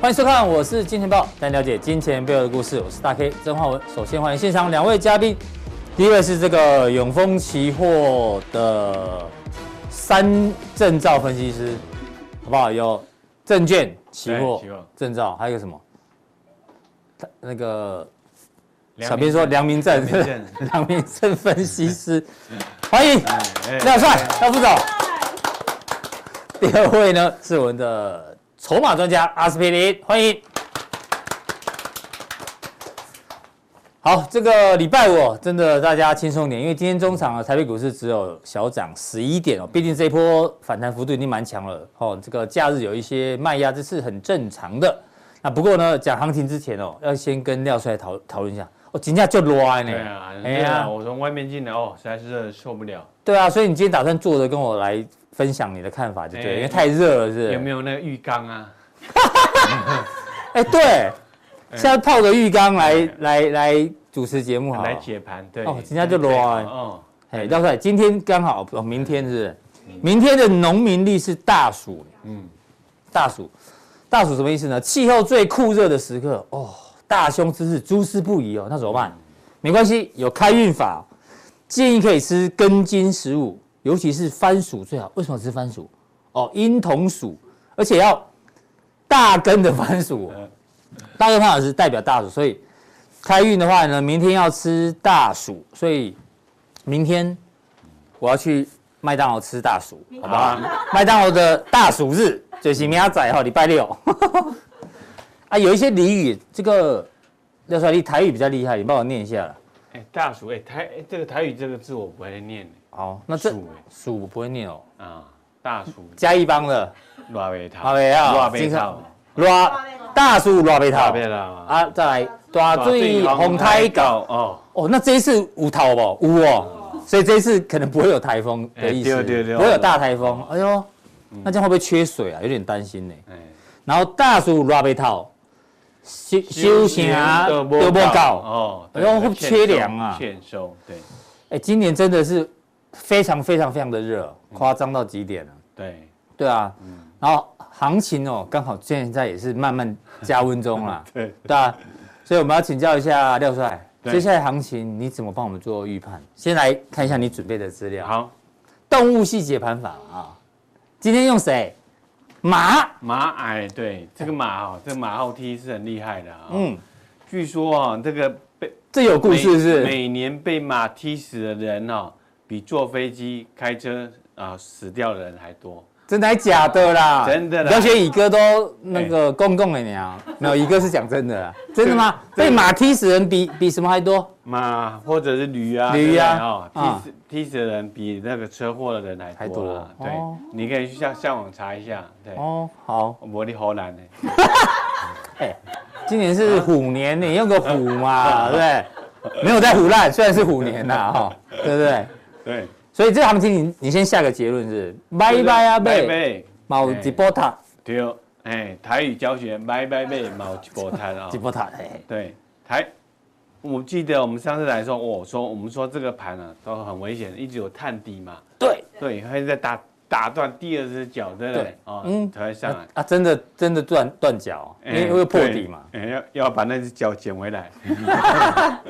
欢迎收看，我是金钱豹，带你了解金钱背后的故事。我是大 K 曾焕文。首先欢迎现场两位嘉宾，第一位是这个永丰期货的三证照分析师，好不好？有证券、期货对期货、证照，还有一个什么？他那个良小编说良民证，良民证 良民证分析师，欢迎哎廖帅、廖副总。第二位呢是我们的筹码专家阿司匹林，欢迎。好，这个礼拜五哦真的大家轻松点，因为今天中场啊，台北股市只有小涨十一点哦，毕竟这一波反弹幅度已经蛮强了哦。这个假日有一些卖压，这是很正常的。那不过呢，讲行情之前哦，要先跟廖帅讨讨论一下哦，金价就乱呢。对啊，哎对呀啊，，我从外面进来哦，实在是热得受不了。对啊，所以你今天打算坐着跟我来分享你的看法，就对了，啊哎因为太热了，是不是？有没有那个浴缸啊？哎、 对，哎现在泡个浴缸来、来来主持节目好了来。解盘，对。哦今天就乱哦，哎，廖帅，今天刚好，哦，明天是不是明天的农民历是大暑，嗯，大暑，大暑什么意思呢？气候最酷热的时刻哦，大凶之日，诸事不宜哦，那怎么办？没关系，有开运法，哦建议可以吃根茎食物，尤其是番薯最好。为什么吃番薯？哦，婴童薯，而且要大根的番 薯哦，大根番薯是代表大暑，所以开运的话呢，明天要吃大薯，所以明天我要去麦当劳吃大薯，好不好？麦当劳的大暑日，就是明仔载哈，礼拜六。 啊，有一些俚语，这个廖帅你台语比较厉害，你帮我念一下啦。哎，大暑，哎，台哎这个台语这个字我不会念好，那这暑鼠我不会念哦，啊，大暑嘉义帮的拉贝塔，好北啊，拉贝经塔常，热大暑热被拉套贝塔，啊，再来大水红台搞哦，哦，那这一次无套不无哦，所以这一次可能不会有台风的意思，哎对对对不会有大台风。哎呦，那这样会不会缺水啊？有点担心呢。哎，然后大暑热被套，修修行啊都都不不到搞。哦，哎呦会不会欠缺收粮啊欠收，对哎，今年真的是非常非常非常的热，嗯夸张到极点了。啊对，。对啊，然后行情哦，刚好现在也是慢慢加温中啦 对对啊，所以我们要请教一下廖帅，对接下来行情你怎么帮我们做预判？先来看一下你准备的资料，好，动物系解盘法啊。今天用谁？马，马矮，对，这个马哦，这个马后踢是很厉害的啊，嗯，嗯，据说啊，这个被这有故事是不每是？每年被马踢死的人哦，比坐飞机、开车啊、死掉的人还多。真的还假的啦？真的啦哎不要学乙哥都那个公共的娘，没有乙哥是讲真的啦。啊 真的吗？被马踢死人比比什么还多？马或者是驴啊，驴啊啊，哦，踢死、踢死的人比那个车祸的人还多啦。还多对，哦你可以去上上网查一下。对，哦，好。我的荷兰呢？哎，今年是虎年，你用个虎 嘛，对不对？没有在虎烂，虽然是虎年呐，哈，对不对？对，所以这行情你你先下个结论是，拜拜啊拜贝，拜，毛一波塔对哦，哎，台语教学，拜拜拜，毛一波摊啊 一。波塔，哎，对，台，我记得我们上次来说，我哦说我们说这个盘啊都很危险，一直有探底嘛。对，对，还在打打断第二只脚，对不对对？哦，嗯才会上来，啊，真的真的断断脚，因哎为会破底嘛，，对哎要要把那只脚捡回来。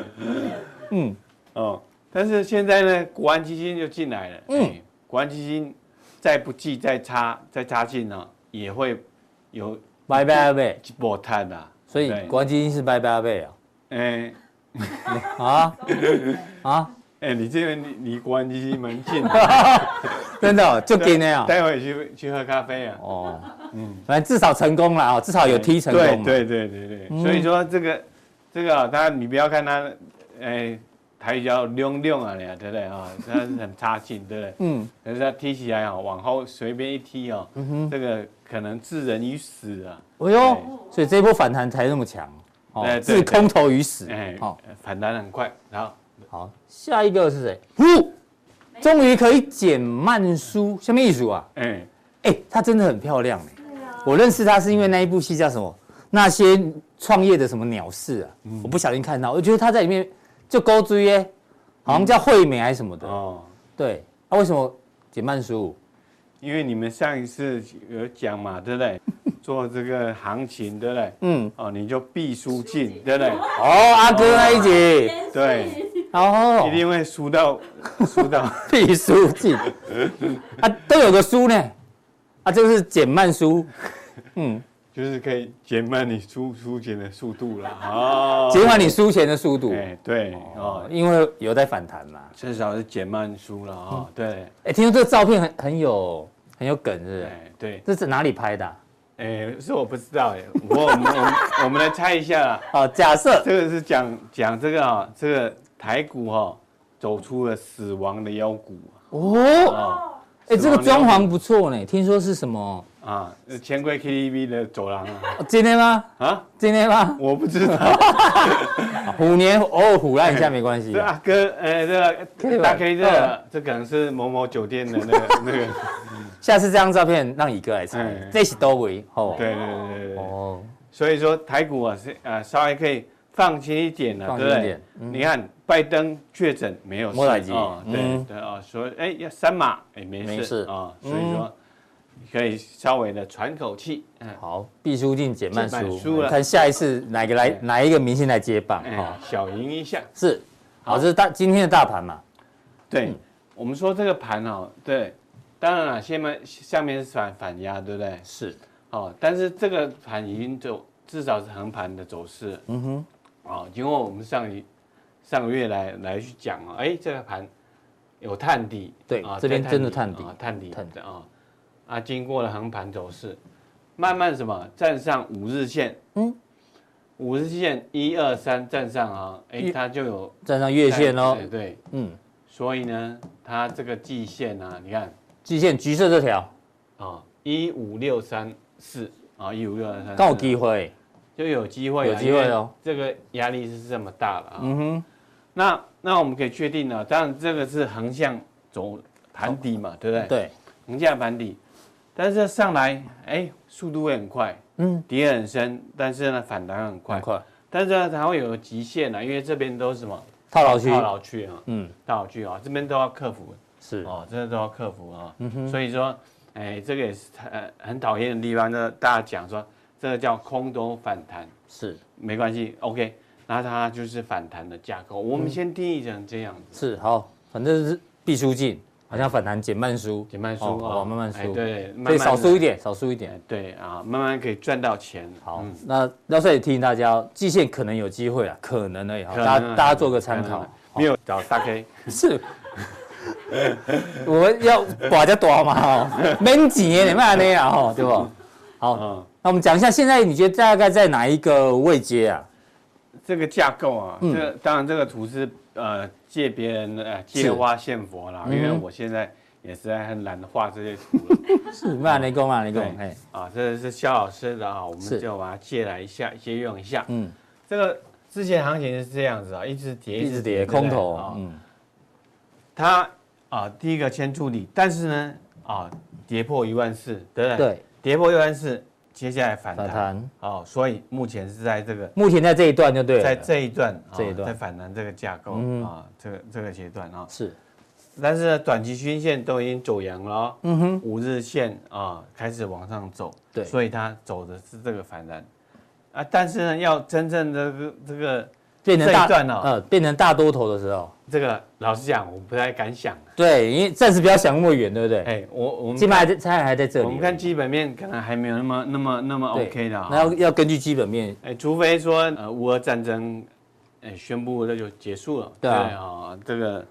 嗯， 哦，但是现在呢，国安基金就进来了，嗯嗯，国安基金再不济再插再插进呢，也会有拜拜啊贝，一波探啊。所以对国安基金是拜拜啊贝啊，哎啊啊，哎，你这边离离国安基金啊 蛮近的，真的哦 就给那样，待会去去喝咖啡啊。哦，嗯，反正至少成功了哦，至少有踢成嗯功嘛，对对对对对，所以说这个这个啊，他你不要看他，哎，台语叫溜溜啊，对不对啊？他很差劲，对不对？嗯，可是他踢起来啊，往后随便一踢哦，这个可能置人于死啊，哎呦，所以这一波反弹才那么强，哦，对对置对空头于死。哎好，，反弹很快，然后好，下一个是谁？呼，终于可以减慢书，什么意思啊？哎，哎，她真的很漂亮哎。我认识她是因为那一部戏叫什么？那些创业的什么鸟事啊？嗯我不小心看到，我觉得她在里面就勾追耶，好像叫惠美还是什么的。哦，对，啊，为什么减慢书？ 因为你们上一次有讲嘛，对不对？做这个行情，对不对？嗯，哦，你就必输尽，对不对？哦，阿哥那一集，对，哦一，定会输到输到，必输尽，啊，都有个输呢，啊，这个是减慢输，嗯，就是可以减慢你输输钱的速度啦。哦，减缓你输钱的速度，哎，对，哦，因为有在反弹嘛。至少是减慢输了哦，对，哎，听说这个照片很很有很有梗，是不是？哎，对，这是哪里拍的啊？哎，是我不知道哎，我我们我们我 们来猜一下啦。哦，假设这个是讲讲这个啊，这个台股哈走出了死亡的妖股哦，啊哎，这个装潢不错呢，听说是什么？啊，钱柜 KTV 的走廊啊哦今天吗？ 啊，今天吗？我不知道，虎年偶尔虎烂一下没关 系啊这。阿哥哎，这 K 个吧大 K 这个这可能是某某酒店的那个那 个，下次这张照片让乙哥来猜哎，这是都为哦。对对对对对，哦，所以说台股啊是啊稍微可以放轻一点了，放对心不一对点？。嗯你看拜登确诊没有事莫乃基哦，对嗯对哦，所以哎要三码哎没没事事嗯啊，所以说可以稍微的喘口气，嗯。好，毕书尽减慢减慢书书了，看下一次哪个来哎哪一个明星来接棒哎哦。小赢一下。是，好，好这是大今天的大盘嘛。嗯对，我们说这个盘哦，对，当然了，下面下面是反反压，对不对？是，哦，但是这个盘已经走，至少是横盘的走势。嗯哼，哦，因为我们上一上个月来来去讲哦，哎，这个盘有探底，对啊这边在真的探底啊探底，探底啊、啊，经过了横盘走势，慢慢什么站上五日线，嗯，五日线一二三站上啊，哎，一它就有站上月线哦哎，对，嗯，所以呢，它这个季线啊，你看季线橘色这条啊，一五六三四啊，一五六三四，刚有机会，就有机会啊，有机会哦。这个压力是这么大了啊。嗯哼，那那我们可以确定呢、当然这个是横向走盘底嘛，对不对？，嗯对，横向盘底，但是上来哎，速度会很快，嗯，跌很深，但是呢反弹很快很，快，但是呢它会有极限啊，因为这边都是什么套牢区，套牢区啊，嗯，套牢区啊，这边都要克服。是，哦，这都要克服啊、嗯所以说，哎，这个也是呃很讨厌的地方呢。大家讲说，这个叫空头反弹，是没关系，OK。那它就是反弹的架构，嗯我们先定义成这样子，是，好，反正是必输尽，好像反弹减慢输，减慢输哦好啊，慢慢哎输对，慢所以慢少地输一，点，少输一点哎。对啊，慢慢可以赚到钱。好嗯，那廖帅也提醒大家哦，季线可能有机会啊，可能而已，好可能大啊家大家做个参可考能啊。没有找大 K，是， 我们要大家大哦嘛吼，免钱的，你安尼啊吼，对不？好，嗯，那我们讲一下，现在你觉得大概在哪一个位阶啊？这个架构啊，嗯这个当然这个图是呃借别人的呃借是嗯花献佛啦，因为我现在也实在很懒得画这些图了。是慢尼讲，慢尼讲，嗯对哎，啊，这是肖老师的啊，我是们就把它借来一下，借用一下。嗯，这个之前行情是这样子啊，一直跌，一直跌对不空对头啊，。嗯，它啊，第一个先处理，但是呢，啊，跌破一万四，对不对？对，跌破一万四，接下来反反弹。弹，哦，所以目前是在这个目前在这一段就对了，在这一段啊这一段在反弹这个架构嗯啊，这个这个阶段啊，是，但是呢，短期均线都已经走阳了哦。嗯哼，五日线啊开始往上走，对所以它走的是这个反弹啊。但是呢，要真正的这个这个变成这一大段哦呃，变成大多头的时候，这个，老实讲，我不太敢想。对，因为暂时不要想那么远，对不对？哎，我我们基本还在，现在还在这里，我们看基本面可能还没有那么那么那么对 OK 的那啊。要要根据基本面，哎，除非说呃乌俄战争，哎宣布那就结束了，对啊啊，这个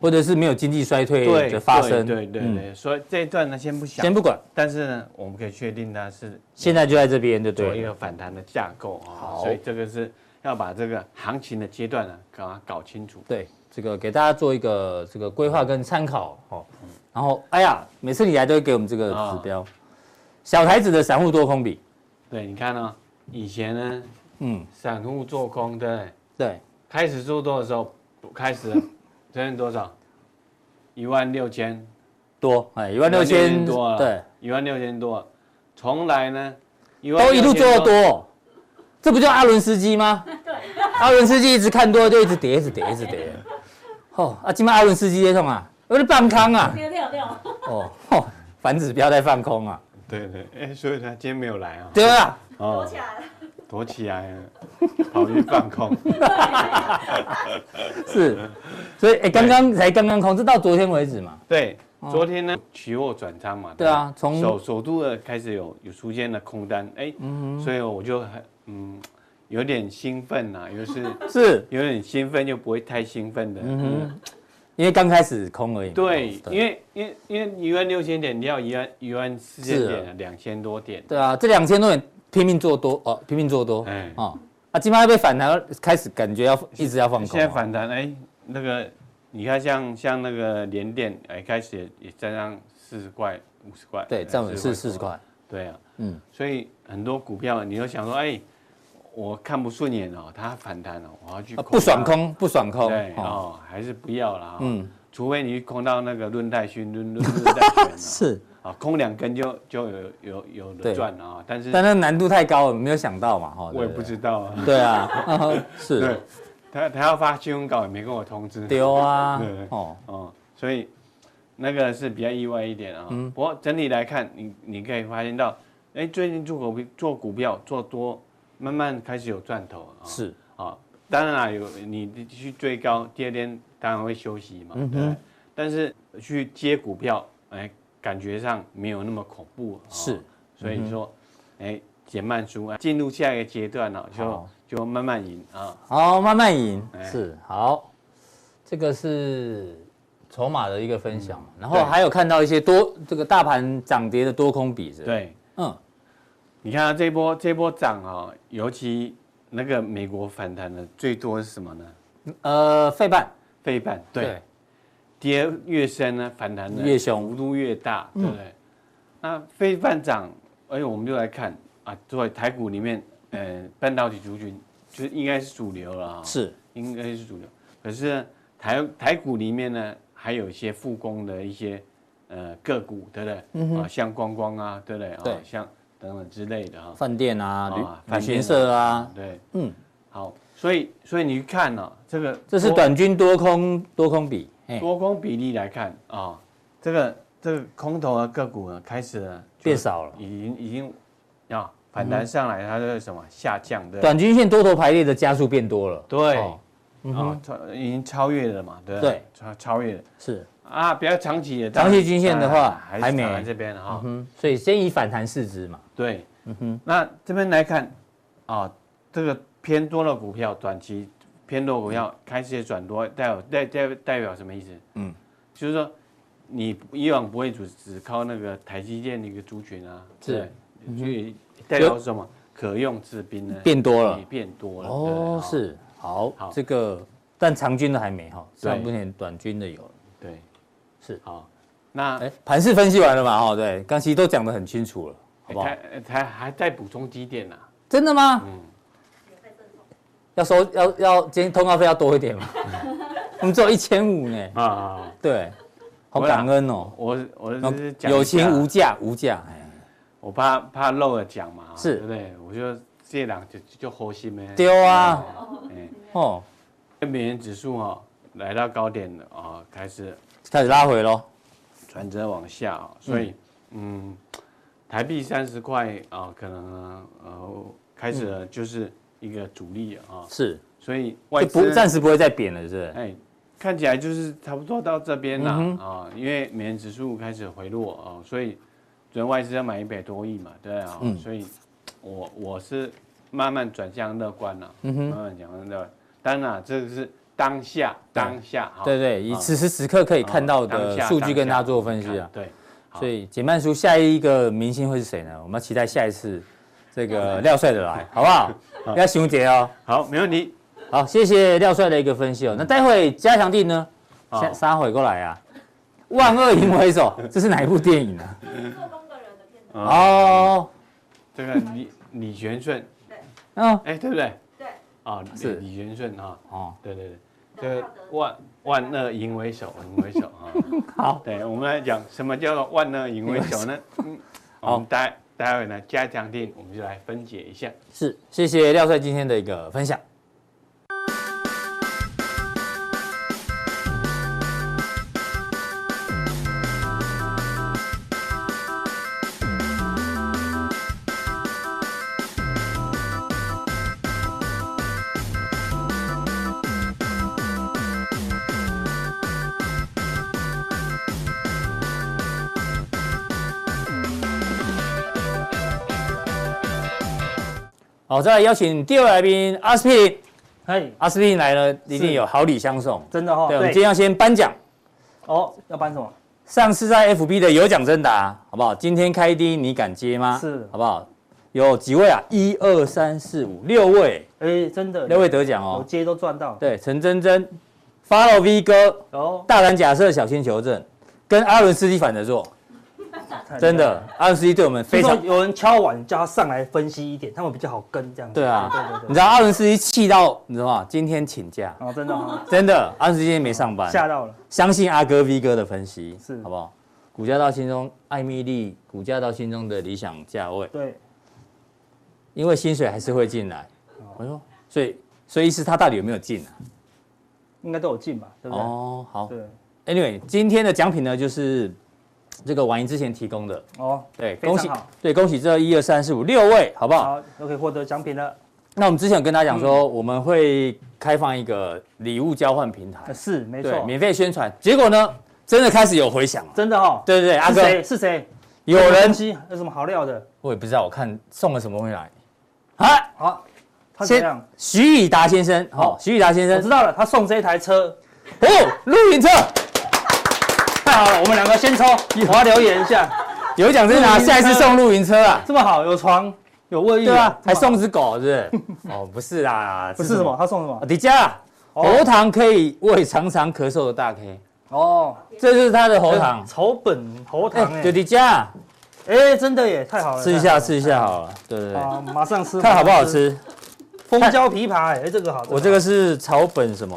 或者是没有经济衰退对的发生，对对对嗯，对，所以这一段呢先不想先，不管。但是呢，我们可以确定它是现在就在这边，就做对一了。个反弹的架构啊、好所以这个是要把这个行情的阶段呢、搞它搞清楚。对，这个给大家做一个这个规划跟参考哦。嗯然后，哎呀，每次你来都会给我们这个指啊标，小台子的散户多空比，对，你看哦，以前呢，嗯，散户做空，对不对？对，开始做多的时候，开始 真正多少？一万六千，多，哎，一万六千多啊，对，，一万六千多，啊从来呢，一都一路做16,000，多，这不就阿伦斯基吗？ 阿伦斯基一直看多就一直跌，一直跌，一直跌。哦，啊，今麦阿伦斯基在冲啊，我的半康啊，哦六六六，哦，哦，反指标在放空啊，对对，哎，所以他今天没有来啊，对吧？躲哦，起来了， 躲起来了， 跑去放空， 是，所以哎，刚刚才刚刚空，这到昨天为止嘛，对，昨天呢，期货转仓嘛，对啊从首首都的开始有有出现了空单，哎，所以我就很嗯有点兴奋呐，又是是有点兴奋又不会太兴奋的，嗯，因为刚开始空而已嘛。对，因为因为因为一万六千点掉一万一万四千是啊点了，两千多点，对啊，这两千多点拼命做多哦，拼命做多，哎哦，啊，今麦被反弹，开始感觉要一直要放空哦。现在反弹，哎，那个你看像像那个联电，哎，开始也也站上四十块、五哎十块，对，站稳是四十多，块，对啊，嗯，所以很多股票你就想说，哎，我看不顺眼哦，它反弹哦，我要去啊它不爽，空，不爽空，对哦，哦，还是不要啦，嗯嗯，除非你去空到那个论泰勋、论论论 泰勋是，啊，啊，空两根就就有有有的对赚了啊，但是但那难度太高了，没有想到嘛，哈，我也对不对知道啊，对啊， 嗯哼 对是，，他他要发新闻稿也没跟我通知，丢啊对对，哦，哦，所以那个是比较意外一点啊、嗯不过整体来看，你你可以发现到，哎，最近做股做股票做多，慢慢开始有赚头啊、是，啊、当然啦，有你去追高，第二天当然会休息嘛，嗯对不对。但是去接股票，哎，感觉上没有那么恐怖、啊是，嗯所以说，哎，减慢输啊，进入下一个阶段了、好就就慢慢赢啊。好，慢慢赢哎，是好，这个是筹码的一个分享嘛，然后对还有看到一些多这个大盘涨跌的多空比是吧，对，嗯，你看啊，这波这波涨啊、尤其那个美国反弹的最多是什么呢？呃，费半，费半对，，跌越深呢，反弹的越凶幅度越大，对不对？那费半涨，哎，我们就来看啊，作为台股里面，呃，半导体族群就是应该是主流了啊、是，应该是主流。可是呢台台股里面呢，还有一些复工的一些呃个股，对不对？啊，像光光啊，对不对？啊对像等等之类的啊、饭店啊啊，旅旅饭店行啊社啊，对，嗯，好，所以所以你去看呢、这个这是多短均多空多空比，哎，多空比例来看啊、这个这个空头的个股呢开始呢就变少了嗯已经已经啊反弹上来，它是什么下降的？短均线多头排列的加速变多了，对，哦啊、超已经超越了嘛，对不对超超越了是，啊，比较长期的长期均线的话还是还没躺在这边哈、嗯，所以先以反弹市值嘛，对，嗯那这边来看，啊，这个偏多的股票，短期偏多的股票开始也转多，代表代代代表什么意思？嗯，就是说你以往不会只只靠那个台积电的一个族群啊，是嗯对，所以代表什么？可用之兵呢？变多了也变多了。对不对哦，，是，好好，这个但长均的还没哈，对上半年短均的有了，对，是好，那哎，盘势分析完了嘛，哈，对，刚其实都讲得很清楚了，好不好还？还还在补充几点呢？真的吗？哎嗯，要收要要，今天通告费要多一 点吗？我们只有一千五呢，啊，对，好不会啦感恩哦，我我只是讲一下友情无价无价，哎，我怕怕漏了讲嘛，是对不对？我就这两就就核心呗。丢啊，哎，哦，美元指数哦来到高点了哦，开始开始拉回喽，转折往下哦，所以嗯，台币三十块啊、可能呃开始嗯了就是一个阻力啊、是，所以外就不资暂时不会再贬了，是不是？哎看起来就是差不多到这边了啊、嗯因为美元指数开始回落啊、所以昨天外资要买一百多亿嘛，对啊、嗯所以我我是慢慢转向乐观了、嗯慢慢转向乐观。当然、啊，这个是当下对当下哈，对对，以啊此时此刻可以啊看到当的下数据当跟大家下做分析啊。对，好所以简曼叔下一个明星会是谁呢？我们要期待下一次这个廖帅的 来，好不好？不要熊杰哦。好，没问题。好，谢谢廖帅的一个分嗯析哦。那待会加强定呢？好下杀回过来啊！万恶淫为 首，这是哪一部电影呢？做工的人的片段，啊，哦，这个李李玄顺，嗯，哎，对不对？对，啊，李是李玄顺啊，哦，对对对，对这个万万恶淫为首，淫为首啊。好，对，我们来讲什么叫做万恶淫为首呢？嗯，我们待待会呢加强定，我们就来分解一下。是谢谢廖帅今天的一个分享。 Thank 好，再来邀请第二位来宾阿司匹林，嘿，阿司匹林来了一定是哦有好礼相送。真的哈、对，我们今天要先颁奖。哦，要搬什么？上次在 FB 的有奖征答，啊好不好？今天开低，你敢接吗？是好不好？有几位啊？一二三四五六位，哎，真的，六位得奖我哦。接都赚到。对，陈真真，Follow V 哥，哦，大胆假设，小心求证，跟阿伦斯基反着做，太厉害真的了。，阿伦斯基对我们非非常常有人敲碗叫他上来分析一点，他们比较好跟这样子。对啊对对你对知道阿伦斯基气到你知道吗？今天请假，哦，真的 哦真的，阿伦斯基今天没上班，吓到了。相信阿哥 V 哥的分析，是好不好？股价到心中，艾米丽股价到心中的理想价位，对，因为薪水还是会进来。哦我说，所以所以意思他到底有没有进啊？应该都有进吧？对不对？哦，好对， ，Anyway，今天的奖品呢就是这个婉莹之前提供的，哦，对，非常恭喜好，对，恭喜这一二三四五六位，好不好？好，都可以获得奖品了。那我们之前有跟大家讲说，我们会开放一个礼物交换平台呃，是，没对，错，免费宣传，结果呢，真的开始有回响了。真的哈。对对对，阿是哥，谁？是谁？有什么人东西有什么好料的？我也不知道，我看送了什么东西来。啊，好，他怎么样？徐以达先生，好、好徐以达先我知生，道了，他送这一台车，哦，露营车太好了，我们两个先抽，我要留言一下。有奖征答，露营啊车下一次送露营车啊，这么好，有床，有卫浴，对吧？这么还好送只狗，是不是？哦，不是啦， 不是什么？他送什么？迪迦啊，哦喉糖可以喂常常咳嗽的大 K，哦，这就是他的喉糖。草本喉糖哎，哎就，迪迦啊，哎，真的耶，太好了，吃一下，吃吃一下好了，对不对？啊，马上吃，看好不好马上？吃。蜂胶枇杷，哎，这个好，我这个是草本什么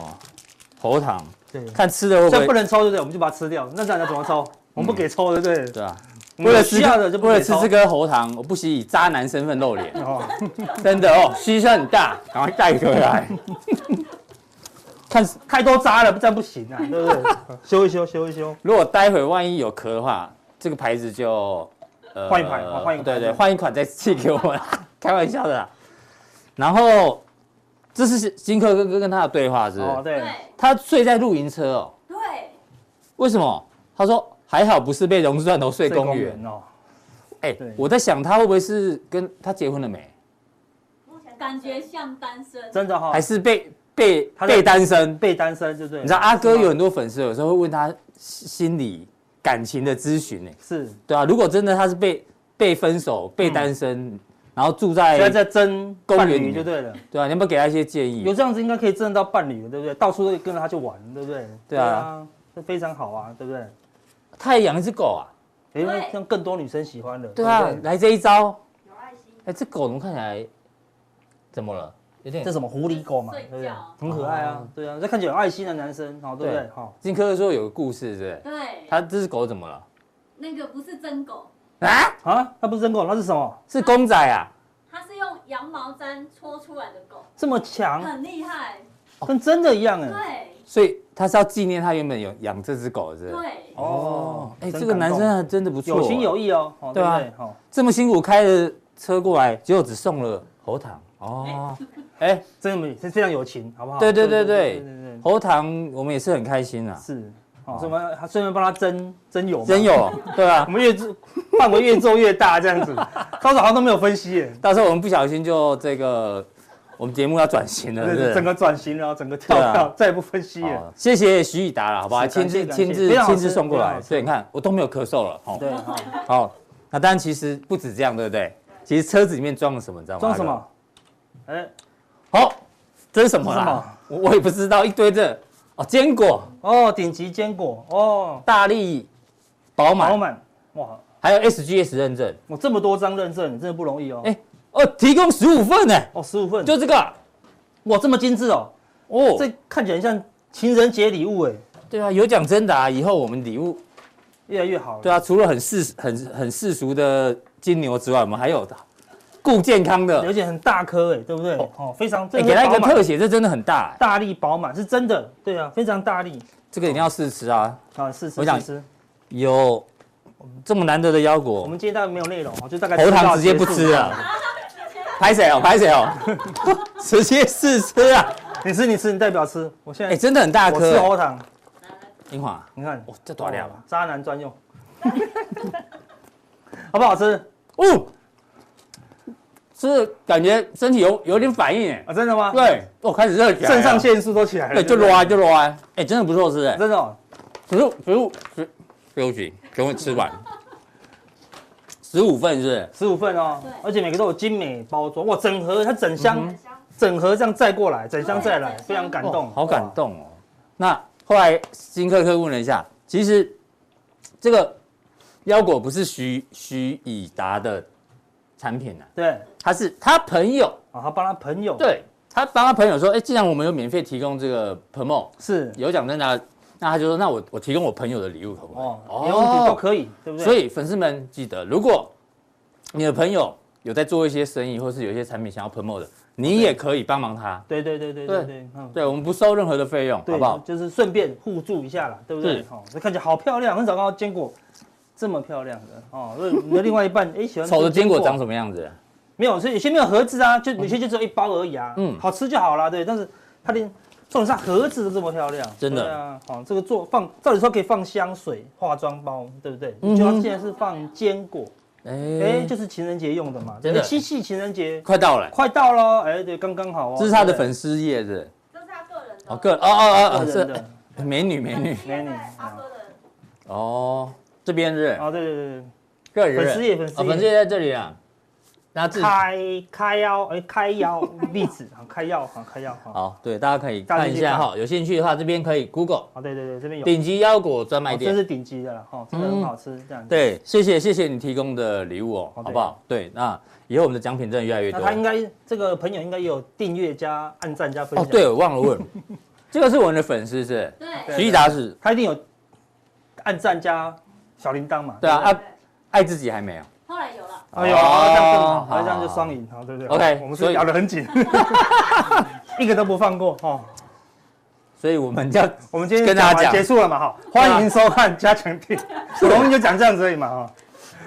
喉糖，对，看吃的会不这不会？能抽对不对？我们就把它吃掉，那这样要怎么抽？我们不给抽对不对？对啊，我们为了有吃需要的就不为了给吃抽这个喉糖，我不惜以渣男身份露脸。哦，真的哦，牺牲很大，赶快带回来。看，太多渣了，这样不行啊，对 不对？修一修，修一修，如果待会万一有壳的话，这个牌子就呃换一款换一款对对，换一款再寄给我们，开玩笑 的啦。然后这是金克哥哥跟他的对话是不是哦，对，他睡在露营车哦，对，为什么？他说还好不是被榕树断头睡睡公园。哦，哎、对我在想他会不会是跟他结婚了没，感觉像单身，真的哈还，是被被哦他在被单身？被单身对不对？你知道阿哥是吗有很多粉丝，有时候会问他心理感情的咨询呢、是对啊，如果真的他是被被分手、被单身，然后住现在在在争哎公园伴里面侣就对了。对啊，你要不要给他一些建有议？这样子应该可以挣到伴侣，对不对？到处都跟着他去玩，对不对？对啊，这非常好啊，对不对？太阳一只狗啊，因为对让更多女生喜欢了。对啊不，来这一招，有爱心，哎，这狗怎么看起来怎么了？有点这什么狐狸狗嘛，对睡觉不对？很可爱啊，对啊，这看起来有爱心的男生，好，对不对哦对？好，金科说有个故事，是不是？对，他这只狗怎么了？那个不是真狗，啊，啊，那不是真狗，那是什么？是公仔啊！它是用羊毛毡搓出来的狗，这么啊强，很厉害，跟真的一样嗯哎。对所以他是要纪念他原本有养这只狗，是不是？对，哦，哎，真这个感男动生还啊真的不错，有情有义哦，好，对对啊不对？好，这么辛苦开着车过来，结果只送了喉糖哦。哎，真的是非常有情，好不好？对对对对对对对，喉糖我们也是很开心啊，是。好，所以我们要顺便帮他争争友嘛，真有对我啊。们越做 范围越做越大，这 样子，高手好像都没有分析耶。到时候我们不小心就这个，我们节目要转型了，是不对，是？整个转型然后整个跳对啊票，再也不分析了。好谢谢徐以达了，好不好？是亲感谢自感谢亲自非常好亲吃自送过非常来，好吃所以你看我都没有咳嗽了，好，对，好好。那当然其实不止这样，对不对？其实车子里面装了什么，你知道吗？装什么？哎，阿哥？哦，这是什么这是啦什么？我我也不知道，一堆这哦，坚果、哦，顶级坚果，哦，大力、宝马饱，满，哇，还有 SGS 认证。我这么多张认证，真的不容易哦。哎、哦，提供十五份呢，哦，十五份，就这个哇，这么精致哦，哦。这看起来像情人节礼物哎，对啊，有奖征答、以后我们礼物，越来越好了。对啊，除了很世很很世俗的金牛之外，我们还有顾健康的，而且很大颗哎，对不对？哦，非常，哎、这给他一个饱满特写，这真的很大、哎大力饱满，是真的，对啊，非常大力这个一定要试吃啊。啊，是是我想是是。有这么难得的腰我果，们今天大概没有内容，哦就大概喉吃到糖直接结不束吃了，拍谁哦，拍谁哦， 直接试吃啊！你吃你吃，你代表吃，我现哎、在真的很大我吃哦颗、喉糖，英华，你看哦，这大量啊哦渣男专用， 好不好吃？哦，吃，感觉身体有有点反应哎。啊，真的吗？，对，我开始热起来了，肾上腺素都起来了，啊对，就对不对乱就乱，哎，真的不错吃哎。真的哦，可是可是我可对不起，给我吃完，十五份是不是？十五份哦对，而且每个都有精美包装，哇，整盒它整箱、嗯整盒这样载过来，整箱载来，对非常感动，哦好感动哦。那后来新客客问了一下，其实这个腰果不是徐徐以达的产品啊，哇。对，啊，他是他朋友，他帮他朋友，，对他帮他朋友说，哎，既然我们有免费提供这个 promo 是，有奖征答，那他就说，那我我提供我朋友的礼物可不可以？哦，没问题都可以，对不对？所以粉丝们记得，如果你的朋友有在做一些生意，或是有一些产品想要 promo 的，你也可以帮忙他。对对对对对对，嗯，对，我们不收任何的费用，好对，不好？就是顺便互助一下啦，对不对？是哦，这看起来好漂亮，很少看到坚果这么漂亮的哦。那你的另外一半，哎，喜 欢吃丑的坚果长什么样子？没有，所以有些没有盒子啊，就有些就只有一包而已啊。嗯嗯，好吃就好啦，对。但是它连重点是它盒子都这么漂亮，真的对啊。好、这个做放，照理说可以放香水、化妆包，对不对？嗯哼就它现在是放坚果，哎、哎，就是情人节用的嘛。真的哎七夕情人节快到了，快到喽，哎、对，刚刚好哦。这是他的对不对粉丝页是？这是他个人的。哦，个哦哦哦，个人是的，美女美 女因为在阿哥的哦，这边是哦，对对对个人粉丝页粉丝哦页粉丝页在这里啊，那自对，己开开腰，哎、开腰，例子，好，开腰，好，开腰，好，好，对，大家可以大家看一去下看哈，有兴趣的话这边可以 Google 哦好，对对对，这边有，顶级腰果专卖哦店这。是顶级的了，哈、哦，真的很好吃，这样子。对，谢谢谢谢你提供的礼物哦，好好不好？对，那以后我们的奖品真的越来越多那。他应该这个朋友应该也有订阅加按赞加分哦享。，对，，我忘了 问，这个是我们的粉丝是对对徐益达是，他一定有按赞加小铃铛嘛。对啊，不啊，爱自己还没有，后来有了，哎呦，哦这样更好，哎好那这样就双赢，好，对不对 OK，我们所是以咬得很紧， 一个都不放过哦。所以我们要我们今天跟大家完讲结束了嘛，哈，欢迎收看加强听，我们就讲这样子而已嘛，哈，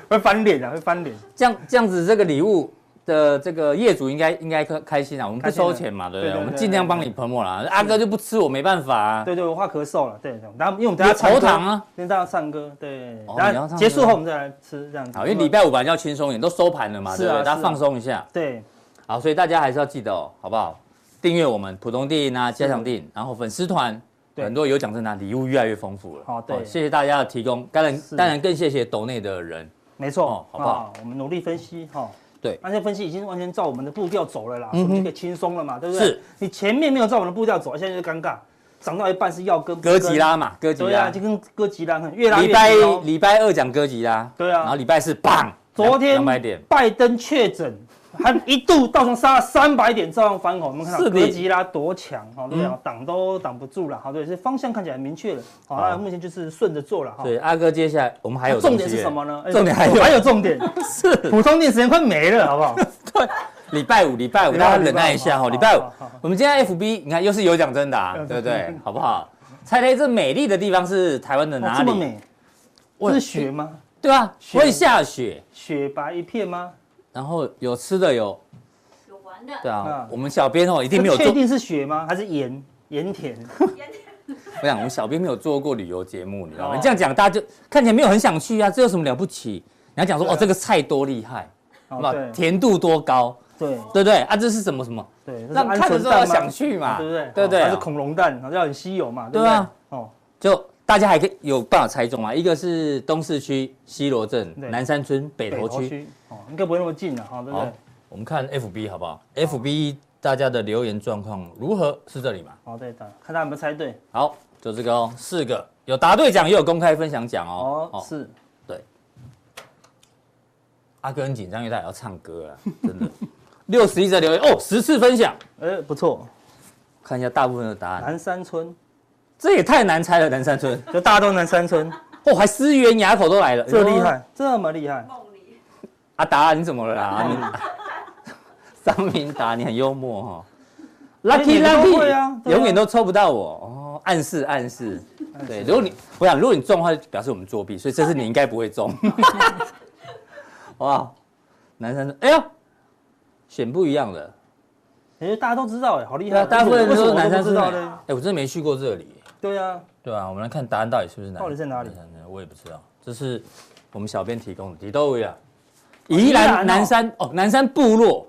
会翻脸啊的，会翻脸。这样这样子，这个礼物的这个业主应该应该开开心啊，我们不开心收啊钱嘛，对不对？对对我们对尽量帮你喷墨啦，阿哥就不吃，我没办法啊。对对，我怕咳嗽了，对，对然后因为我们等一下唱有歌喉糖啊，等一下要唱歌，对哦，你要然唱歌后结束后我们再来吃这样子。好，因为礼拜五本来就要轻松一点，都收盘了嘛，是对啊不对？大家是啊放松一下。对好，所以大家还是要记得哦，好不好？订阅我们浦东电影啊，加强电影，然后粉丝团，嗯对很多有奖征答，礼物越来越丰富了。好对谢谢大家的提供，当然是当然更谢谢抖内的人。没错，哦好不好啊我们努力分析哈。对那些分析已经完全照我们的步调走了啦，嗯哼我们就可以轻松了嘛，对不对？是你前面没有照我们的步调走，现在就尴尬，涨到一半是要跟哥吉，拉嘛，哥吉不跟对啊，拉就，跟哥吉拉很越来越礼拜近哦礼拜二讲哥吉拉，对啊然后礼拜四棒，昨天两百点，拜登确诊，还一度道琼杀了三 百点，照样翻红。我们看是到的嗯哥吉拉多强，哈，对啊，挡都挡不住了，好，哦对，是方向看起来很明确了，好，好那目前就是顺着做了，哈。对，阿哥接下来我们还有重东点西是耶什么？呢？哎重点还有还有重点， 是普通店时间快没了，好不好？礼拜五，礼拜五礼拜五大家忍耐一下哦，礼礼拜拜五五啊好好好好，我们今天 FB 你看又是有奖征 答，对不对？好不好？猜猜这美丽的地方是台湾的哇哪哦这里么？美，我是雪吗？对啊，雪会下雪，雪白一片吗？然后有吃的有，有玩的，对啊嗯，我们小编哦一这定没有做确，定是雪吗？还是盐盐田？我想我们小编没有做过旅游节目，你知道吗？哦你这样讲大家就看起来没有很想去啊，这有什么了不起？你要讲说对啊哦这个菜多厉害，好不好哦，对甜度多高，对对不对？啊这是什么什么？对，这是让鹌鹑看的时候蛋要吗哦想去嘛，对不对？对不对？它是恐龙蛋，好像很稀有嘛，对不对对啊？哦，就大家还可以有办法猜中啊嘛？一个是东市区西罗镇对南山村北投区。，哦，应该不会那么近了，哈，对不好对？，我们看 FB 好不好？FB 大家的留言状况如何？是这里嘛？好，对的，哦看他有没有猜对。好，就这个哦，四个有答对奖，也有公开分享奖哦。哦，是阿哥很紧张，因为他也要唱歌啊， 真的。六十一则留言哦，十次分享，哎，不错，看一下大部分的答案，南山村，这也太难猜了，南山村就大家都南山村，哦，还思源崖口都来了，哎这厉害，这么厉害，梦里阿达，你怎么了 啦？你 张明达，你很幽默 哈、哦。Lucky 每个哎都会 Lucky，、啊对啊永远都抽不到我哦，暗示暗 示。对，如果你我想，如果你中的话，就表示我们作弊，所以这 次你应该不会中。 哇，南山，哎呀，选不一样的，哎，大家都知道，哎，好厉对啊，害，大部分人为什都么是我南都山不村知的。道哎呢？、我真的没去过这里，对啊，对啊，我们来看答案到底是不是南，到底在哪里南山村我也不知道，这是我们小编提供的，迪豆维啊，宜宜兰兰哦南山哦，南山部落，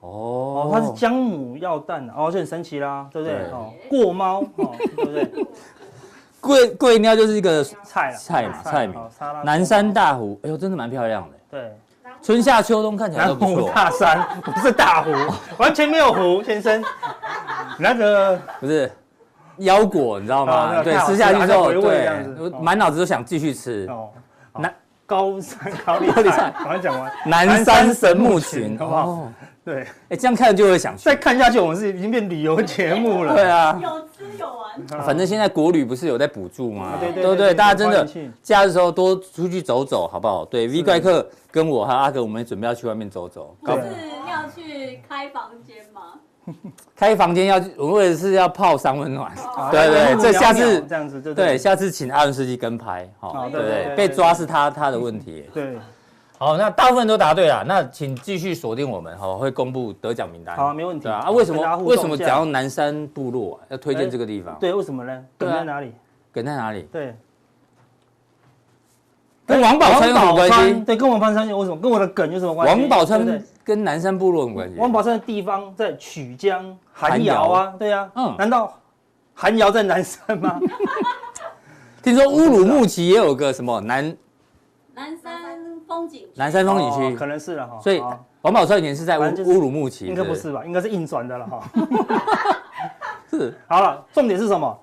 哦哦，它是姜母药蛋啊，哦，就很神奇啦，对不对？对哦，过猫，哦，对不对？贵贵鸟就是一个菜 啦，菜嘛菜名哦沙拉南山大湖，哎呦，真的蛮漂亮的，对，春夏秋冬看起来都南不湖错，大山 不是大 湖，完全没有湖，先生。那个不是。腰果，你知道哦那吗？个对，太好吃下去之后，吃了还在回味这样对子，我哦满脑子都想继续吃。哦，南南高 山高丽高丽菜菜，赶快讲完。南南山山神神木木群，群好不好哦对，哎，这样看就会想去再。看下去，我们是已经变旅游节目了。 对啊，有吃有玩，反正现在国旅不是有在补助吗？对不对对？对，大家真的欢迎去假日的时候多出去走走，好不好？对，V 怪客跟我还有阿哥，我们也准备要去外面走走。不搞对是要去开房间吗？开房间要，我们为的是要泡三温暖。 哦对对来这下次木啊鸟鸟这样子，对对，下次请阿伦司机跟拍，哈，哦对不对对？对被对抓是他他的问题。对，好，那大部分都答对了，那请继续锁定我们，哈，会公布得奖名单。好啊没问题对啊，啊为什跟么大家互动为什么一下讲到南山部落啊要推荐哎这个地方？，对，为什么呢？对梗啊在哪里？梗在哪里？对，跟王宝钏有什么关系？对，跟王宝钏有什么？跟我的梗有什么关系？王宝对不钏对跟南山部落有什么关系？王宝钏的地方在曲江、寒寒窑窑啊，对啊，嗯难道寒窑在南山吗？ 听说乌鲁木齐也有个什么南南山风景南山风景哦可区，能是了哈。所以好王宝钏以前是在乌反正就是乌鲁木齐，应该不对是吧？应该是硬转的了哈。不 对，是好了，重点是什么？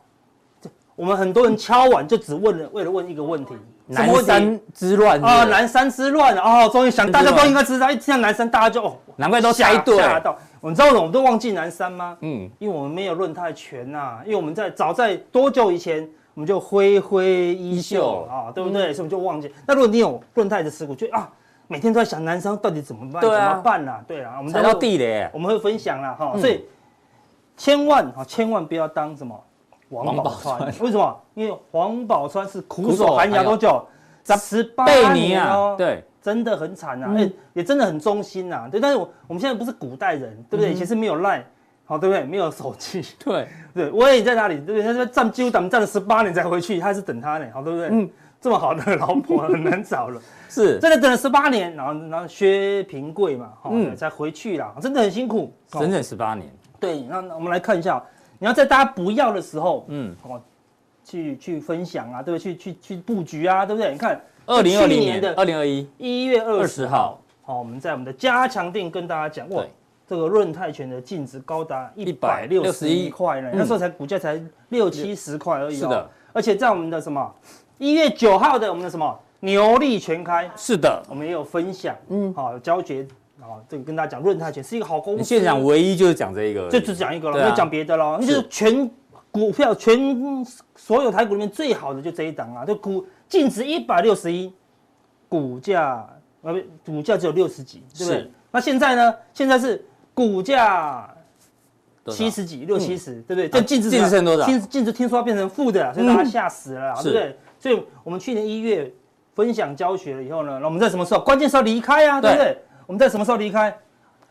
这我们很多人敲碗就只问了，为了问一个问题，什么南问题？山之乱啊，是不是南山之乱哦，终于想，大家南山之都乱应该知道，一听到南山，大家就哦，难怪都吓猜对，吓到。你知道我们都忘记南山吗？嗯，因为我们没有论太全呐、因为我们在早在多久以前，我们就挥挥衣袖衣袖嗯啊，对不对？所以我们就忘记。那如果你有论太的持股，就啊，每天都在想南山到底怎么办，对啊怎么办啦、对啦，我们踩到，地雷，我们会分享啦哈、嗯所以千万啊，千万不要当什么王王宝宝钏钏，为什么？因为王宝钏是苦苦守守寒寒窑窑哎多久？十八贝尼年哦啊，，对，真的很惨啊，嗯哎，也真的很忠心呐、对，但是我我们现在不是古代人，对不嗯对？以前是没有赖，好，对不对？没有手机， 对，对，我也在那里，对不对？他在站几乎等站了十八年才回去，他还是等他呢，好，对不对？嗯嗯，这么好的老婆很难找 了，是真的等了十八年，然后然后薛平贵嘛，哦，嗯对才回去啦，真的很辛苦。哦整整十八年，对，那那我们来看一下，你要在大家不要的时候，嗯，哦，去去分享啊，对不对？去去去布局啊，对不对？你看二零二去零年年的二零二一一月二二十十号，好、我们在我们的加强店跟大家讲过对，这个润泰拳的净值高达一百六十一块呢，嗯那时候才股价才六七十块而已、哦。是的，而且在我们的什么一月九号的我们的什么牛力全开，是的，我们也有分享，嗯嗯，好、交绝，好、这个跟大家讲润泰拳是一个好公你司，现场唯一就是讲这一个而已，就只讲一个对啊了，没有讲别的了，那就是全股票全所有台股里面最好的就这一档啊，就股净值一百六十一，股价呃不股价只有六十几，对不是对？那现在呢？现在是股价多少嗯七十几，六七十，对不对？这净值净值剩多少净净值听说要变成负的啦，所以大家嗯吓死了啦，是对不对？所以我们去年一月分享教学了以后呢，那我们在什么时候？关键时候离开啊，对不对对？我们在什么时候离开？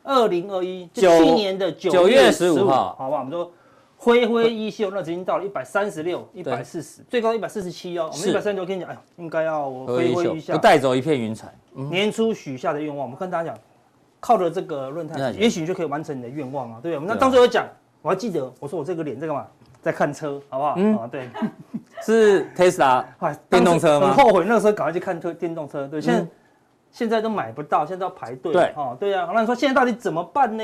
二零二一，就九去年的九九月月十十五五号号，好吧？我们说挥挥衣袖，那已经到了一百三十六、一百四十，最高一百四十七哦。我们是一百三十六，跟你讲，哎呦，应该要我喝一挥挥宿一不下。带走一片云嗯彩，年初许下的愿望，我们跟大家讲，靠着这个论那坛，你也许你就可以完成你的愿望啊，对不对？我们那对啊当初有讲，我还记得，我说我这个脸在干嘛？在看车，好不好？嗯啊， 对。是 Tesla 哎，电动车吗当时很后悔那个时候赶快去看车电动车，对，现在、嗯现在都买不到，现在都要排队。对哦，对啊。那你说现在到底怎么办呢？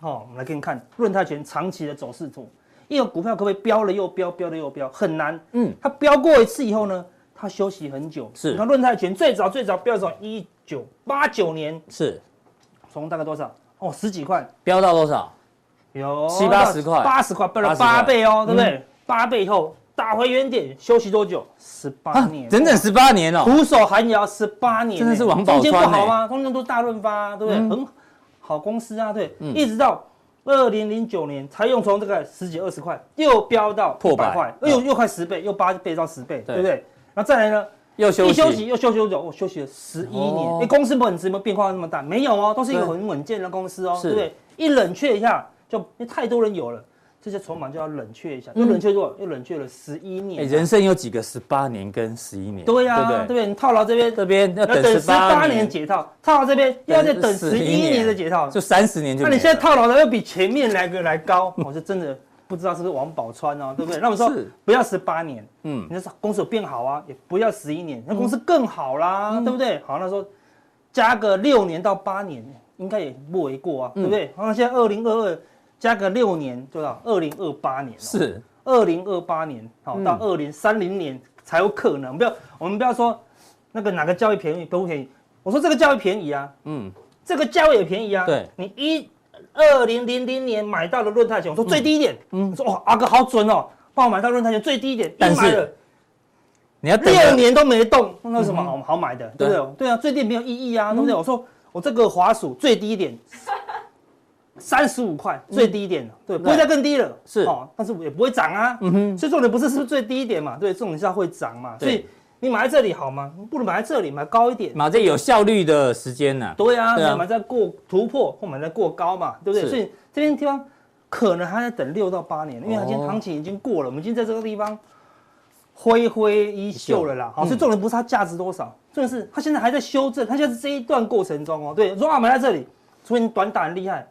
哦，我们来给你看润泰拳长期的走势图，因为股票可不可以飙了又飙，飙了又飙，很难。嗯，它飙过一次以后呢，它休息很久。是你看润泰拳最早最早飙到一九八九年，是从大概多少？哦，十几块，飙到多少？有七八十块八十块，飙了80块嗯八倍哦，对不对？八倍以后打回原点，休息多久？十八啊年，，整整十八年哦，苦守寒窑十八年欸，真的是王宝钏欸中间不好吗？中间都大润发啊，对不对？嗯很好公司啊，对，嗯一直到二零零九年才用从这个十几二十块又飙到破破百嗯百块，又又快十倍，又八倍到十倍，对对不对？然后再来呢，又一休休息息又休息多久？我休息了十一哦年，哎，公司本质有没有变化那么大？没有哦，都是一个对很稳健的公司哦，是对不对？一冷却一下，就因为太多人有了。这些筹码就要冷却一下，又冷却多少？又冷却了十一嗯哎，年啊。人生有几个十八年跟十一年？对呀，对对不不对？对？你套牢这边，这边要要等等十十八八年年解套，套牢这边又要再等11十一年的解套，就三十年就没那了。你现在套牢的又比前面来个来高，我是真的不知道是不是王宝钏哦，对不对？那我说是不要十八年，嗯嗯，你说公司有变好啊，也不要十一年，那公司更好啦，嗯对不对？好，那说加个六年到八年，应该也不为过啊，嗯对不对？好，那现在二零二二加个六年多少？二零二八年、哦、是嗯二零二八年，好、到二零三零年才有可能。不要，我们不要说那个哪个教育便宜不便宜，我说这个教育便宜啊，嗯嗯，这个价位也便宜啊。对，你一二零零零年买到的论泰拳，我说最低一点，嗯，说哇阿哥好准哦，帮我买到论泰拳最低一点，一但是买了你要等六个年都没动，那有什么好好买的？对嗯对不对？对啊，最低没有意义啊，对不对？我说我这个滑鼠最 低点三十五块，最低点，对，不会再更低了。嗯是哦，但是也不会涨啊。嗯哼，所以重点不是是不是最低点嘛？对，重点是它会涨嘛。对所以你买在这里好吗？不如买在这里，买高一点。马这有效率的时间呐。对啊，对啊你买在过突破或买在过高嘛，对不是对？所以这边地方可能还在等六到八年，因为它今天行情已经过了，我们已经在这个地方挥挥衣袖了啦。好，所以重点不是它价值多少，重点是它现在还在修正，它现在是这一段过程中哦。对，如果啊买在这里，除非你短打很厉害，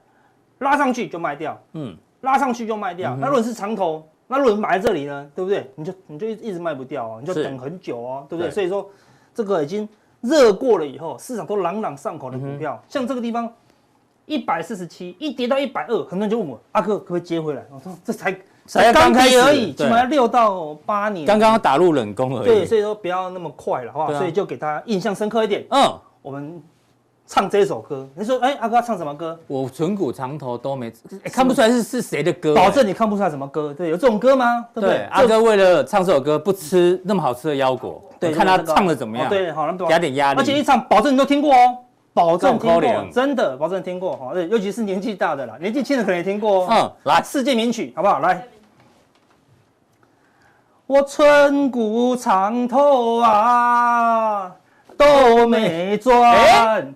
拉上去就卖掉，嗯嗯，拉上去就卖掉。那如果你是长头，那如果你买在这里呢，对不对？你就你就一一直卖不掉哦，你就是等很久哦，对不对？对所以说这个已经热过了以后，市场都朗朗上口的股嗯票，像这个地方一百四十七一跌到一百二，很多人就问我啊阿哥可不可以接回来？我说这才才刚跌开始而已，对起码要六到八年。刚刚打入冷宫而已。对，所以说不要那么快了，好不好？对啊所以就给大家印象深刻一点。嗯，我们唱这首歌，你说哎、阿哥要唱什么歌？我存股长头都没哎看不出来是是谁的歌，保证你看不出来什么歌，对，有这种歌吗？哎对不对。对？阿哥为了唱这首歌，不吃那么好吃的腰果，对，看他这个唱的怎么样。哦对，好，那给他点压力而且一唱，保证你都听过哦，保证听这种可过怜，真的保证听过哈。对尤其是年纪大的啦，年纪轻的可能也听过哦。嗯，来，世界名曲好不好？来，我春谷长头啊，都没转。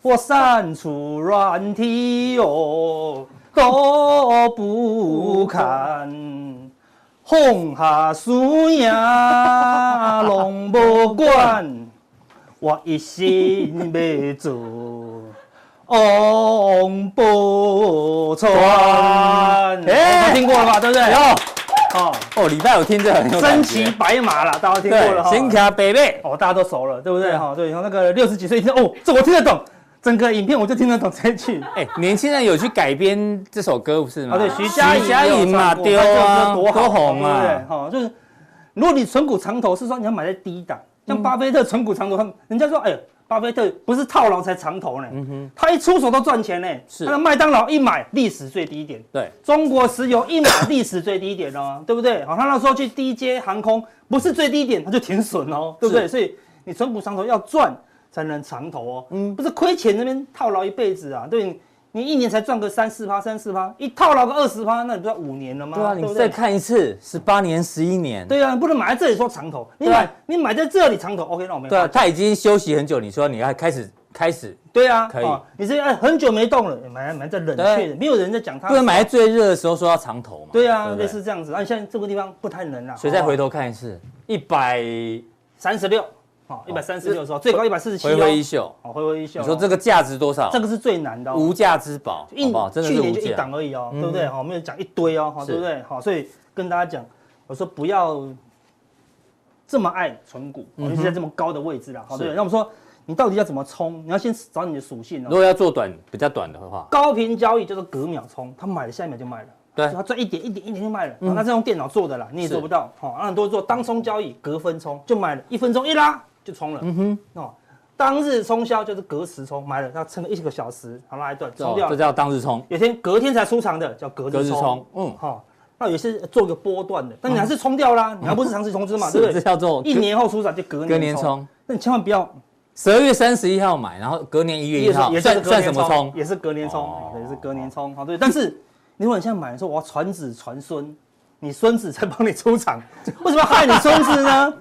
我删除软体哦，都不看，放下输赢拢无管，我一心要做王宝钏。哎哎，听过了吧？对不对？有哦，哦，礼拜有听这很有感身觉骑白马啦，大家听过了对，哈。新卡北贝，哦，大家都熟了，对不对对？啊哈，对，然后那个六十几岁一听，哦，这我听得懂，整个影片我就听得懂这一句。 哎，年轻人有去改编这首歌不是吗？啊，对，徐佳莹嗯徐佳也有莹嘛，唱过丢她这首啊，歌多好多红对不对啊，哈，就是如果你存股长投，是说你要买在低档，嗯像巴菲特存股长投，他们人家说，哎呦，巴菲特不是套牢才长投呢，他一出手都赚钱呢。嗯是他的麦当劳一买历史最低点，对，中国石油一买历史最低点哦， 对不对？好，他那时候去低阶航空不是最低点，他就停损哦，对不对？是所以你存股长投要赚才能长投哦，嗯，不是亏钱那边套牢一辈子啊，对你。你一年才赚个三四趴，三四趴，一套牢个二十趴，那你不要五年了吗？对啊，不你对再看一次，十八年、十一年，对啊，你不能买在这里说长头，你对啊买、你买在这里长头，OK，那我没有对啊，话讲他已经休息很久，你说你要开始开始，对啊，可以哦你是哎很久没动了，买买在冷却对的，没有人在讲它，不能买在最热的时候说要长头嘛，对啊，不类似这样子，啊，现在这个地方不太冷了，哦所以再回头看一次，一百三十六，好，一百三十六的时候最高一百四十七，回回一秀，好，回回一秀，你说这个价值多少？哦这个是最难的哦，无价之宝，一好不好？真的去是年无就一价嗯档。而已哦，对不对？好，没有讲一堆哦，好，是对不对？好，所以跟大家讲，我说不要这么爱存股，哦尤其是在这么高的位置啦，好，哦对嗯是不对？那我们说你到底要怎么冲？你要先找你的属性如哦。果要做短比较短的话，高频交易就是隔秒冲，他买了下一秒就卖了。对所以他赚一点一点一点就卖了，那是用电脑做的啦，你也嗯是做不到。好，那很多人做当冲交易，隔分冲就买了，一分钟一拉就冲了。嗯哼，哦，当日冲销就是隔时冲，买了，他撑个一个小时，好拉一段哦冲掉了这。叫当日冲，有些隔天才出场的叫隔隔日日冲冲，，嗯，哈、那有些做个波段的，但你还是冲 掉啦，你还不是长期投资嘛，是对不这对？叫做一年后出场就隔隔年年冲，冲，那你千万不要十二月三十一号买，然后隔年一月一号，也是算隔算年什么冲？也是隔年冲，哦对也是隔年冲，好对。但是你如果你现在买的时候，我要传子传孙，你孙子才帮你出场，为什么要害你孙子呢？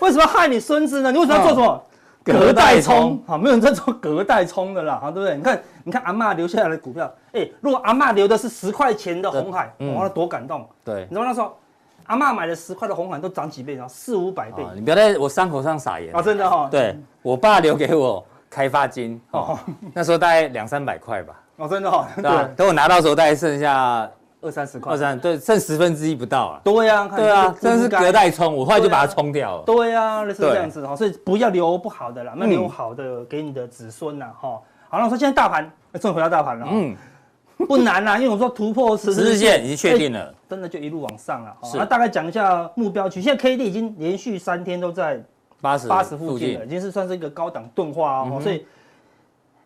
为什么要害你孙子呢？你为什么要做什么？哦隔代冲，好，没有人在做隔代冲的啦，好，对不对？你看，你看阿嬷留下来的股票，哎，如果阿嬷留的是十块钱的红海，嗯哇，那多感动！对你知道那时候阿嬷买的十块的红海都涨几倍，然后四五百倍啊，你不要在我伤口上撒盐啊，。真的哈，对我爸留给我开发金，哦，那时候大概两三百块 吧，哦，真的哈，对啊吧？对，等我拿到的时候，大概剩下二三十块二，三，对，剩十分之一不到啊。对呀，看对啊，真是隔。这代冲，我后来啊就把它冲掉了。对呀、类似对这样子哈，哦所以不要留不好的啦，那留好的给你的子孙呐哈。好，那我说现在大盘，哎终于回到大盘了，嗯，嗯，不难啊啦，因为我说突破十十日日线，哎线已经确定了，真的就一路往上了。哦是那大概讲一下目标区，现在 K D 已经连续三天都在八十八十附近了，已经是算是一个高档钝化嗯哦，所以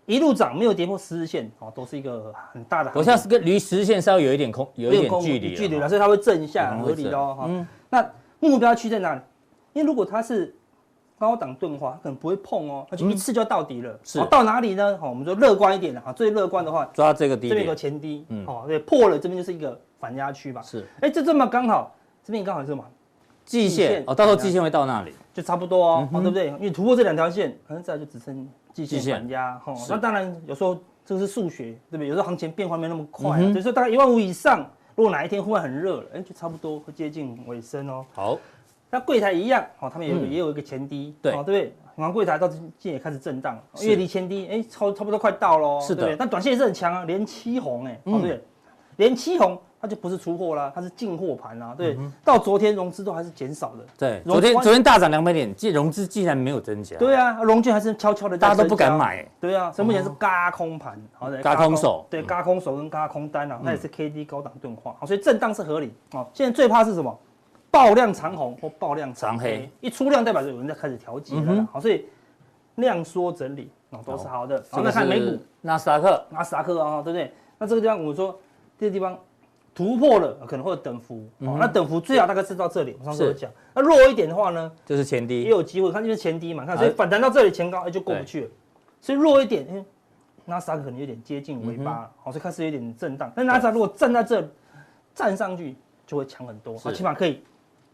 一路涨没有跌破十日线哦，都是一个很大的行情。我现在是跟离十日线稍微有一点空，有一点空距有离距离了，了。所以它会震一下，嗯合理的哦。哈嗯那目标区在哪里？因为如果它是高档钝化，它可能不会碰哦，它就一次就要到底了。是好到哪里呢？哦好，我们就乐观一点了哈。最乐观的话，抓这个低这边有个点，前低嗯，好，对，破了这边就是一个反压区吧。是哎，这这么刚好，这边刚好是什么？季季线线哦，到时候季线会到那里。就差不多哦，哦对不对？因为突破这两条线，可能再来就只剩季嗯季线线反压哈。哦是那当然有时候这个是数学，对不对？有时候行情变化没那么快啊，嗯哼所以说大概一万五以上，如果哪一天忽然很热了，哎，就差不多会接近尾声哦。好，那柜台一样，哦，他们也有、嗯也有一个前低，对哦，对不对？然后柜台到今天也开始震荡，是因为离前低，哎，超差不多快到喽，是的嗯对不对？但短线也是很强啊，连七红哎、哦，对不对？连七红它就不是出货啦，它是进货盘啦，对不对。嗯到昨天融资都还是减少的，对，融昨天关昨天大涨两百点，既融资竟然没有增加，对啊，融券还是悄悄的，大家都不敢。买，对啊，所以目前是嘎空盘，好的，嘎哦嗯空手嗯对，嘎空手跟嘎空单啊，那也是 K D 高档钝化，好，所以震荡是合理。哦，现在最怕是什么？爆量长红或爆量长长黑黑，一出量代表有人在开始调节了嗯啦哼。好，所以量缩整理哦都是好的。这好，那个看美股是纳斯达克，纳斯达克啊，对不对？那这个地方我说这个地方突破了，可能会有等幅，哦，那等幅最好大概是到这里，我上次有嗯是讲。那弱一点的话呢，这是前也低，有机会，看这边前低嘛，看所以哎反弹到这里前高，哎就过不去了，所以弱一点，嗯，纳斯达克可能有点接近尾巴嗯了，好，所以开始有点震荡。但纳斯达克如果站在这站上去，就会强很多，好，是起码可以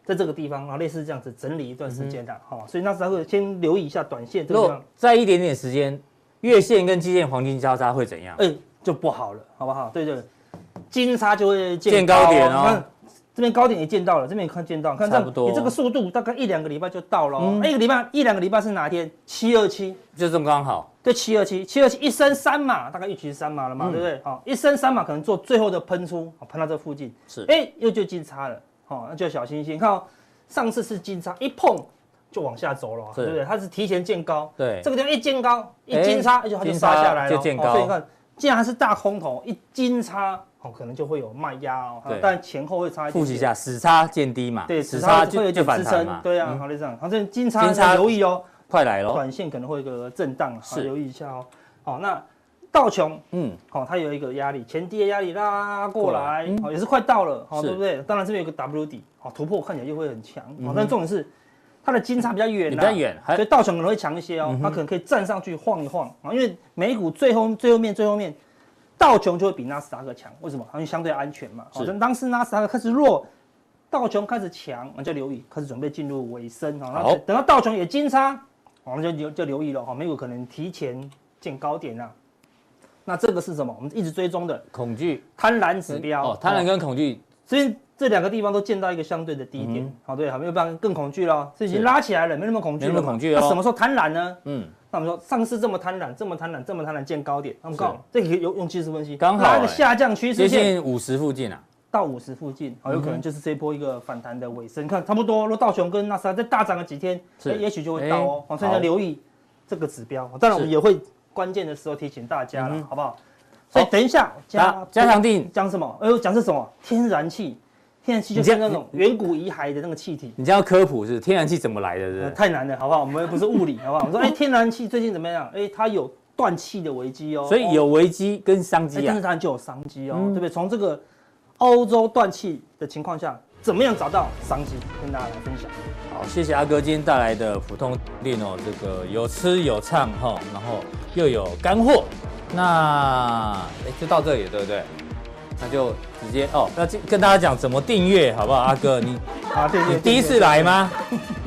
在这个地方，然后类似这样子整理一段时嗯间的，好，所以纳斯达克先留意一下短线这如个地果方，再一点点时间，月线跟季线黄金交叉会怎样？哎，就不好了，好不好？对对，金叉就会见高点哦你看这边高点也见到了，这边也看见到，看这差不多你这个速度大概一两个礼拜就到了哦，嗯哎一个礼拜一两个礼拜是哪天？七二七，就这么刚好，对，七二七，七二七一升三码，大概预期是三码了嘛，嗯对不对？好，一升三码可能做最后的喷出，好喷到这附近，是哎，又就金叉了，好，那就要小心一些。你看哦，上次是金叉，一碰就往下走了，是对不对？它是提前见高，对这个地方一见高，一哎金叉，哎就它就金杀叉下来了，就见哦高所以你看，既然它是大空头，一金叉，哦，可能就会有卖压哦，对但前后会差一点点复习一，下，死叉见低嘛，对，死时叉差会就有就点反支弹撑嘛，，嗯对啊，好，就这样，好，这金叉金叉要留意哦。快来喽，短线可能会有个震荡，好是留意一下哦。好，那道琼嗯，哦，它有一个压力，前低的压力拉过过来嗯来，哦，也是快到了，哦，是嗯对不对？当然这边有个 W 底，哦，突破看起来又会很强，哦，但重点是它的金叉比较远你啊，比较远，还所以道琼可能会强一嗯些哦，它可能可以站上去晃一晃啊，因为美股最后最后面最后面，道琼就会比纳斯达克强，为什么？因为相对安全嘛。好，是但当时纳斯达克开始弱，道琼开始强，那就留意，开始准备进入尾声啊。好那等到道琼也金叉，我们就留就留意了哈，美股可能提前见高点啊。那这个是什么？我们一直追踪的恐惧贪婪指标哦，贪婪哦跟恐惧所以这两个地方都见到一个相对的低点，好、对，好，没有办法更恐惧了，所以已经嗯是拉起来了，没那么恐惧了嘛，没那么恐惧哦那什么时候贪婪呢？嗯，那我们说上次这么贪婪，这么贪婪，这么贪婪见高点，那我们是告诉你这个可以用用技术分析，刚好拉一个哎下降趋接势线近嗯五十附近啊，到五十附近，好，有可能就是这一波一个反弹的尾声，你看差不多，如果道琼跟纳斯达克再大涨了几天，是哎也许就会到哦，哎好所以要好留意这个指标，当然我们是也会关键的时候提醒大家了，嗯哼好不好？所以等一下加加强定，讲什么？哎呦，讲是什么？天然气，天然气就你这是样那种远古遗骸的那个气体，你这样科普是天然气怎么来的，对呃不太难了，好不好？我们又不是物理，好不好？我们说，哎，天然气最近怎么样？哎，它有断气的危机哦，对？所以有危机跟商哎，机啊但是，它就有商机哦，对不对？从这个欧洲断气的情况下，怎么样找到商机，跟大家来分享。好，谢谢阿哥今天带来的普通店哦，这个有吃有唱哈，然后又有干货，那哎就到这里了对不对？那就直接哦，那就跟大家讲怎么订阅好不好？阿哥，你啊，对对，你对第一次来？吗？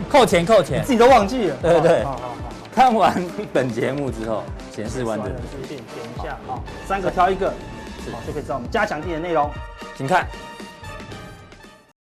扣钱扣钱对对自，己都忘记了，对对对好好好好好。看完本节目之后，前四万完的整资讯点一下啊，三个挑一个，好就可以知道我们加强地的内容。请看